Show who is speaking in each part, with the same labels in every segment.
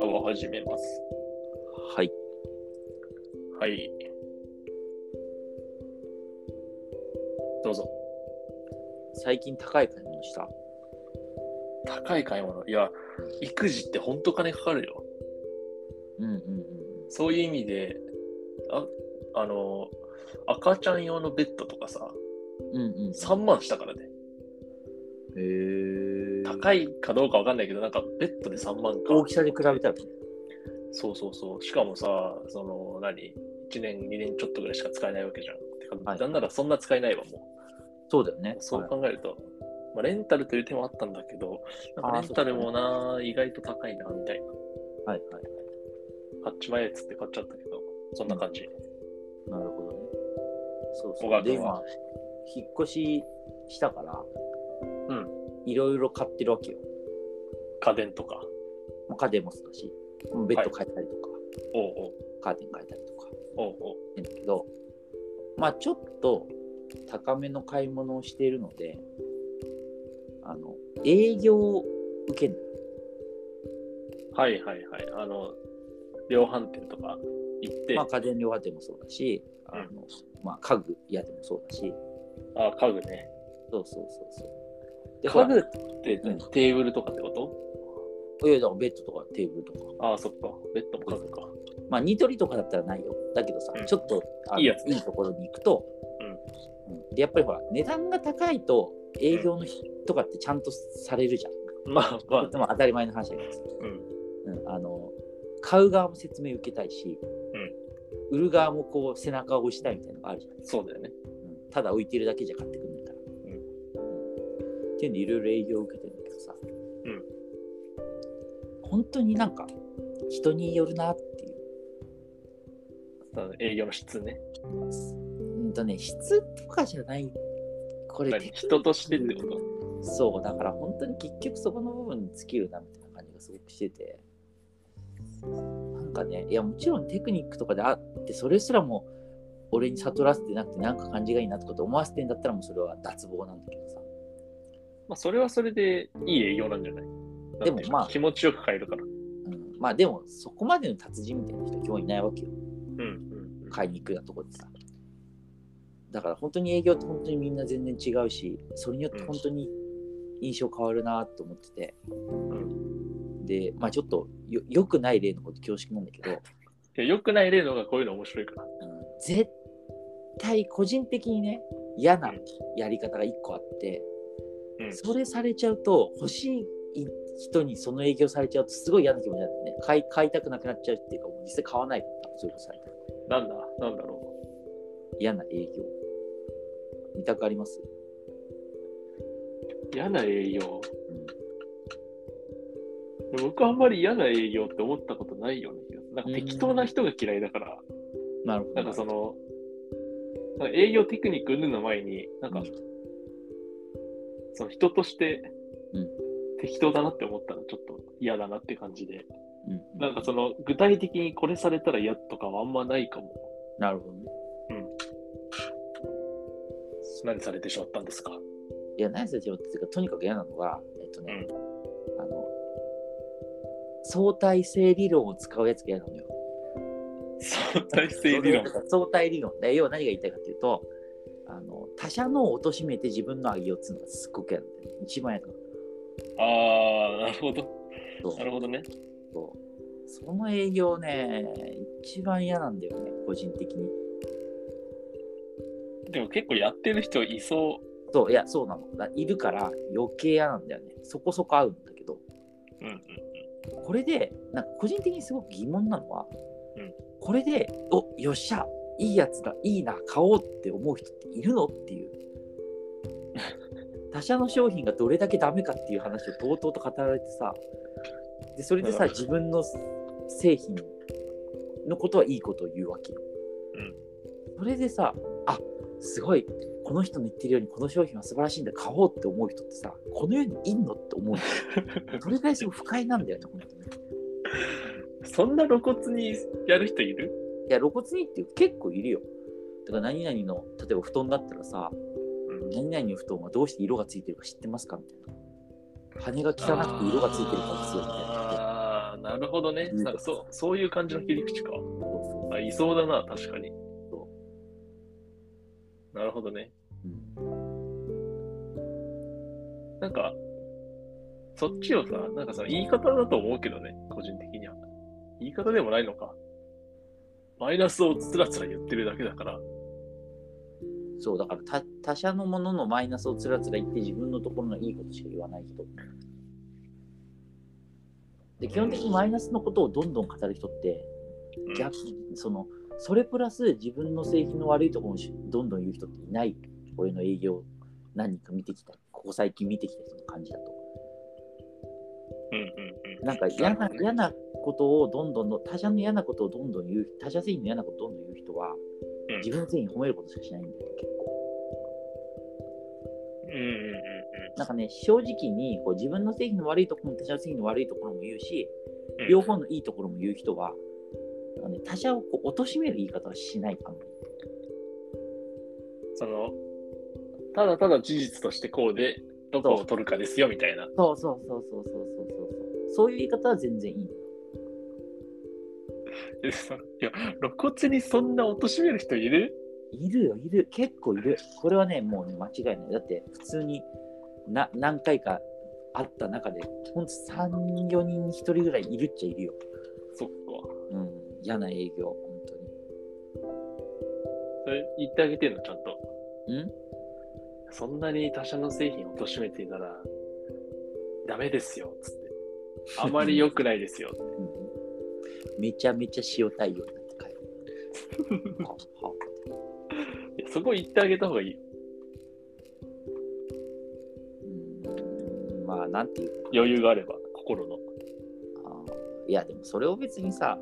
Speaker 1: を始めます。
Speaker 2: はい。
Speaker 1: はい。どうぞ。
Speaker 2: 最近高い買い物した
Speaker 1: 高い買い物。いや、育児って本当金かかるよ。
Speaker 2: うんうん
Speaker 1: そういう意味で、あ、あの、赤ちゃん用のベッドとかさ、
Speaker 2: うん。うんうん。
Speaker 1: 3万したからね。
Speaker 2: へえ
Speaker 1: 高いかどうかわかんないけど、なんかベッドで3万か。
Speaker 2: 大きさで比べたらね。
Speaker 1: そうそうそう。しかもさ、その、何 ?1 年、2年ちょっとぐらいしか使えないわけじゃん。てか、
Speaker 2: はい
Speaker 1: なんならそんな使えないわ、もう。
Speaker 2: そうだよね。
Speaker 1: そう考えると、まあ、レンタルという手もあったんだけど、なんか
Speaker 2: あー
Speaker 1: レンタルもな、意外と高いな、みたいな。
Speaker 2: はいはいはい。
Speaker 1: 買っちまえっつって買っちゃったけど、そんな感じ。
Speaker 2: なるほどね。そう
Speaker 1: 小
Speaker 2: そう。
Speaker 1: 川
Speaker 2: で、
Speaker 1: 君は
Speaker 2: 今、引っ越ししたから、
Speaker 1: うん。
Speaker 2: いろいろ買ってるわけよ。
Speaker 1: 家電とか。
Speaker 2: まあ、家電もそうだし、ベッド変えたりとか、
Speaker 1: おう
Speaker 2: カーテン変えたりとか。
Speaker 1: おうおうおう
Speaker 2: だけど、まあちょっと高めの買い物をしているので、あの、営業を受ける
Speaker 1: はいはいはい。あの、量販店とか行って、
Speaker 2: まあ、家電量販店もそうだし、あのまあ、家具屋でもそうだし、
Speaker 1: あ、家具ね。
Speaker 2: そうそうそうそう。で、
Speaker 1: 家具
Speaker 2: ほ
Speaker 1: って、
Speaker 2: うん
Speaker 1: テーブルとかってこと
Speaker 2: らいやだからベッドとかテーブルとか、
Speaker 1: ああ、そっか。ベッドも家具か。
Speaker 2: まあ、ニトリとかだったらないよ。だけどさ、
Speaker 1: うん
Speaker 2: ちょっとあの
Speaker 1: いいやつね
Speaker 2: ところに行くと、うんで、やっぱりほら、値段が高いと営業の日とかってちゃんとされるじゃん。
Speaker 1: まあま
Speaker 2: と
Speaker 1: あ
Speaker 2: て、も当たり前の話だけどさ、
Speaker 1: うん。
Speaker 2: うん、あの買う側も説明受けたいし、売る側もこう背中を押したいみたいなのがあるじゃん。
Speaker 1: そうだよね。
Speaker 2: うんただ置いてるだけじゃ買ってくんないから。うんっていうんでいろいろ営業を受けてるんだけどさ、
Speaker 1: ん
Speaker 2: 本当になんか人によるなっていう。
Speaker 1: あの営業の質ね。
Speaker 2: うんとね、質とかじゃない。これ
Speaker 1: 何人としてってこと
Speaker 2: そうだから本当に結局そこの部分に尽きるなみたいな感じがすごくしててなんかねいやもちろんテクニックとかであってそれすらも俺に悟らせてなくてなんか感じがいいなとかと思わせてんだったらもうそれは脱帽なんだけどさ
Speaker 1: まあ、それはそれでいい営業なんじゃない
Speaker 2: でもまあ
Speaker 1: 気持ちよく買えるから。う
Speaker 2: うん、まあでもそこまでの達人みたいな人は基本いないわけよ
Speaker 1: んうんうん。
Speaker 2: 買いに行くようなとこでさだから本当に営業って本当にみんな全然違うしそれによって本当に印象変わるなと思ってて、でまあちょっとよよくない例のこと恐縮なんだけど、
Speaker 1: いや良くない例の方がこういうの面白いから。
Speaker 2: うん絶対個人的にね嫌な
Speaker 1: うん
Speaker 2: やり方が1個あって、
Speaker 1: うん
Speaker 2: それされちゃうと欲しい人にその営業されちゃうとすごい嫌な気持ちになってね買い買いたくなくなっちゃうっていうかもう実際買わないからそういうことされたら
Speaker 1: なんだなんだろ
Speaker 2: 嫌な営業二択あります
Speaker 1: う。嫌な営業。
Speaker 2: うん
Speaker 1: で僕はあんまり嫌な営業って思ったことないような気がする。なんか適当な人が嫌いだから、
Speaker 2: なるほど
Speaker 1: なんかその、なんか営業テクニック云々の前に、なんか、
Speaker 2: うん
Speaker 1: その人として
Speaker 2: うん
Speaker 1: 適当だなって思ったのちょっと嫌だなって感じで、
Speaker 2: うん、
Speaker 1: なんかその具体的にこれされたら嫌とかはあんまないかも。
Speaker 2: なるほどね
Speaker 1: 何されてしまったんですか
Speaker 2: いや何せしろっていうかとにかく嫌なのがえっとね、あの相対性理論を使うやつが嫌なのよ
Speaker 1: 相対性理論。
Speaker 2: 相対理論で要は何が言いたいかっていうとあの他者のを貶としめて自分の上げようっつうのがすっごく嫌なんだよね一番嫌なの
Speaker 1: ああ、なるほど。
Speaker 2: そう
Speaker 1: なるほどね。
Speaker 2: そうその営業ね一番嫌なんだよね個人的に
Speaker 1: でも結構やってる人いそ
Speaker 2: そういやそうなのだいるから余計嫌なんだよねそこそこ合うんだけど
Speaker 1: う。うんうん。
Speaker 2: これでなんか個人的にすごく疑問なのは、
Speaker 1: うん
Speaker 2: これでおよっしゃいいやつだいいな買おうって思う人っているのっていう他社の商品がどれだけダメかっていう話をとうとうと語られてさでそれでさ、
Speaker 1: うん
Speaker 2: 自分の製品のことはいいことを言うわけよ、
Speaker 1: うん
Speaker 2: それでさあすごいこの人の言ってるようにこの商品は素晴らしいんだ買おうって思う人ってさこの世にいんのって思うのそれぐらいすごい不快なんだよね本当に
Speaker 1: そんな露骨にやる人いる
Speaker 2: いや露骨にっていう結構いるよだから何々の例えば布団だったらさ
Speaker 1: うん。
Speaker 2: 何々の布団はどうして色がついてるか知ってますかみたいな羽が汚くて色がついてるから強いみたいな。
Speaker 1: ああ、なるほどね。
Speaker 2: うん
Speaker 1: なんかそう、そういう感じの切り口か。
Speaker 2: そうそう
Speaker 1: あ、いそうだな、確かに
Speaker 2: そ。
Speaker 1: なるほどね。
Speaker 2: うん
Speaker 1: なんか、そっちをさ、なんかさ、言い方だと思うけどね、個人的には。言い方でもないのか。マイナスをつらつら言ってるだけだから。
Speaker 2: そうだから他他者のもののマイナスをつらつら言って自分のところのいいことしか言わない人で基本的にマイナスのことをどんどん語る人って
Speaker 1: うん
Speaker 2: 逆そのそれプラス自分の製品の悪いところをしどんどん言う人っていない俺の営業何人か見てきたここ最近見てきた人の感じだと
Speaker 1: うんうんうん。
Speaker 2: なんか嫌
Speaker 1: な
Speaker 2: な
Speaker 1: るほどね
Speaker 2: 嫌なことをどんどんの他者の嫌なことをどんどん言う他者製品の嫌なことをどんどん言う人は
Speaker 1: うん
Speaker 2: 自分の製品褒めることしかしないんだよね結構。
Speaker 1: うんうんうん
Speaker 2: なんかね、正直にこう自分の製品の悪いところも他者の製品の悪いところも言うし、
Speaker 1: うん。
Speaker 2: 両方のいいところも言う人は、なんかね、他者をこう貶める言い方はしないあんまり
Speaker 1: その、ただただ事実としてこうで、どこを取るかですよ、みたいな。
Speaker 2: そうそうそうそうそうそうそうそう。そういう言い方は全然いい。
Speaker 1: いや、露骨にそんな貶める人いる
Speaker 2: いるよ、いる。結構いる。これはね、もうね、間違いない。だって、普通にな何回か会った中で、ほんと3、4人に1人ぐらいいるっちゃいるよ。
Speaker 1: そっか。
Speaker 2: うん、嫌な営業、本当に。
Speaker 1: それ言ってあげてんの、ちゃんと。
Speaker 2: うん
Speaker 1: そんなに他社の製品を貶めていたら、ダメですよ、つって。 あまり良くないですよ。
Speaker 2: うんめちゃめちゃ塩対応になって帰る。はは
Speaker 1: っていやそこ言ってあげた方がいいよ。
Speaker 2: うんまあなんていうか
Speaker 1: 余裕があれば、心の。
Speaker 2: いやでもそれを別にさ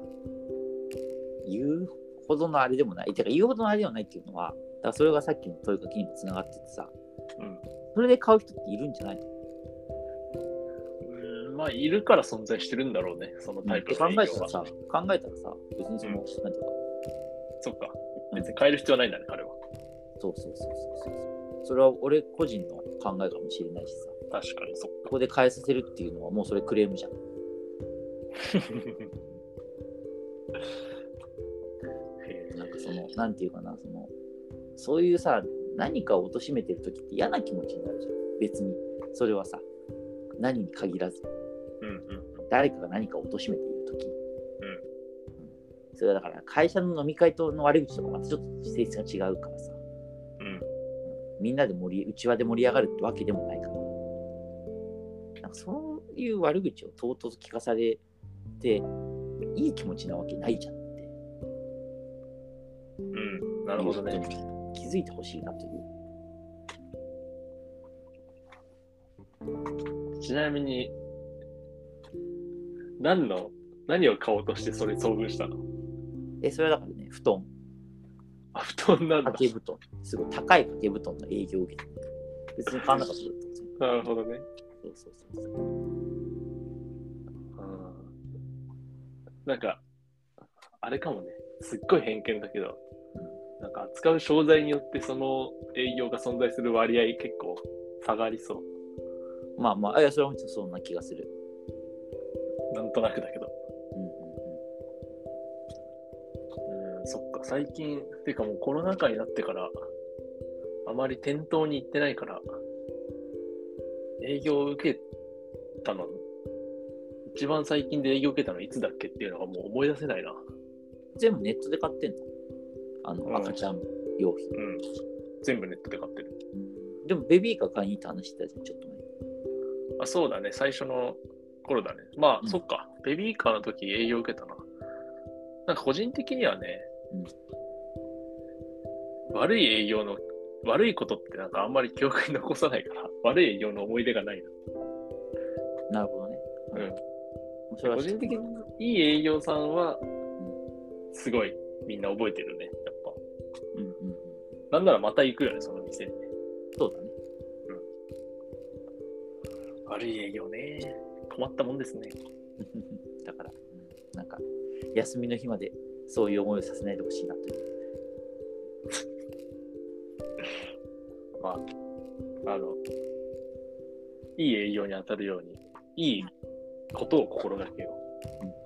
Speaker 2: 言うほどのあれでもないてか言うほどのあれでもないっていうのはだからそれがさっきの問いかけにもつながっててさ
Speaker 1: うん。
Speaker 2: それで買う人っているんじゃないの
Speaker 1: うんまあ、いるから存在してるんだろうね、そのタイ
Speaker 2: っ
Speaker 1: プ
Speaker 2: て
Speaker 1: の
Speaker 2: 考
Speaker 1: 営
Speaker 2: え
Speaker 1: 業
Speaker 2: たら
Speaker 1: は。
Speaker 2: さ考えたらさ別にその、なんていうか
Speaker 1: そっか。別に変える必要はないんだね、彼は。
Speaker 2: そうそうそうそうそうそれは俺個人の考えかもしれないしさ
Speaker 1: 確かに、そっ
Speaker 2: ここで変えさせるっていうのはもうそれクレームじゃん
Speaker 1: か。へえ
Speaker 2: なんかその、なんていうかな、その、そういうさ、何かを貶めてるときって嫌な気持ちになるじゃん。別に。それはさ、何に限らず、
Speaker 1: うんうん。
Speaker 2: 誰かが何かを貶めているとき。うん。それはだから、会社の飲み会との悪口とかまたちょっと性質が違うからさ、
Speaker 1: うん。
Speaker 2: みんなで盛り、内輪で盛り上がるってわけでもないから。なんかそういう悪口をとうとう聞かされて、いい気持ちなわけないじゃんって。
Speaker 1: うん。なるほどね。
Speaker 2: 気づいてほしいなという。
Speaker 1: ちなみに、何の、何を買おうとしてそれに遭遇したの
Speaker 2: え、それはだからね、布団、
Speaker 1: あ、布団なんだ
Speaker 2: 掛。け布団、すごい高い掛け布団の営業を受けて、別に買わなかったんですよ
Speaker 1: なるほどね。
Speaker 2: そうそうそうそう。
Speaker 1: なんか、あれかもね、すっごい偏見だけど、なんか扱う商材によってその営業が存在する割合結構下がりそ
Speaker 2: まあまあ、あいや、それはもちろんそんな気がする。
Speaker 1: う。なんとなくだけど。
Speaker 2: うんうん
Speaker 1: うん、そっか、最近、てかもうコロナ禍になってから、あまり店頭に行ってないから、営業を受けたの、一番最近で営業受けたのいつだっけっていうのがもう思い出せないな。
Speaker 2: うん。全部ネットで買ってんのあ
Speaker 1: うん
Speaker 2: の、赤ちゃん用品。
Speaker 1: うん。全部ネットで買ってる。
Speaker 2: でも、ベビーカー買いに行った話してたじゃん、ちょっと前。
Speaker 1: あ、そうだね。最初の頃だね。まあ、
Speaker 2: うん
Speaker 1: そっか。ベビーカーの時営業受けたな。なんか個人的にはね、悪い営業の、悪いことってなんかあんまり記憶に残さないから、 悪い営業の思い出がない
Speaker 2: なるほどね。
Speaker 1: うん
Speaker 2: ん。それ
Speaker 1: な。個
Speaker 2: は知っ
Speaker 1: 人
Speaker 2: て
Speaker 1: 的
Speaker 2: る
Speaker 1: にいい営業さんは、すごいみんな覚えてるね。やっ
Speaker 2: うんうんうん。
Speaker 1: ぱ。なんならまた行くよね、その店にね。
Speaker 2: そうだね。
Speaker 1: 悪い営業ね。困ったもんですね。
Speaker 2: だから、うんなんか、休みの日までそういう思いをさせないでほしいなという。
Speaker 1: まあ、あの、いい営業に当たるように、いいことを心がけよう。
Speaker 2: うん